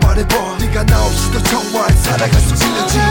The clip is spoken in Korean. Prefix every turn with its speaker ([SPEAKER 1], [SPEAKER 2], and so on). [SPEAKER 1] 말해봐 네가 나 없이도 정말 살아갈 수 있는지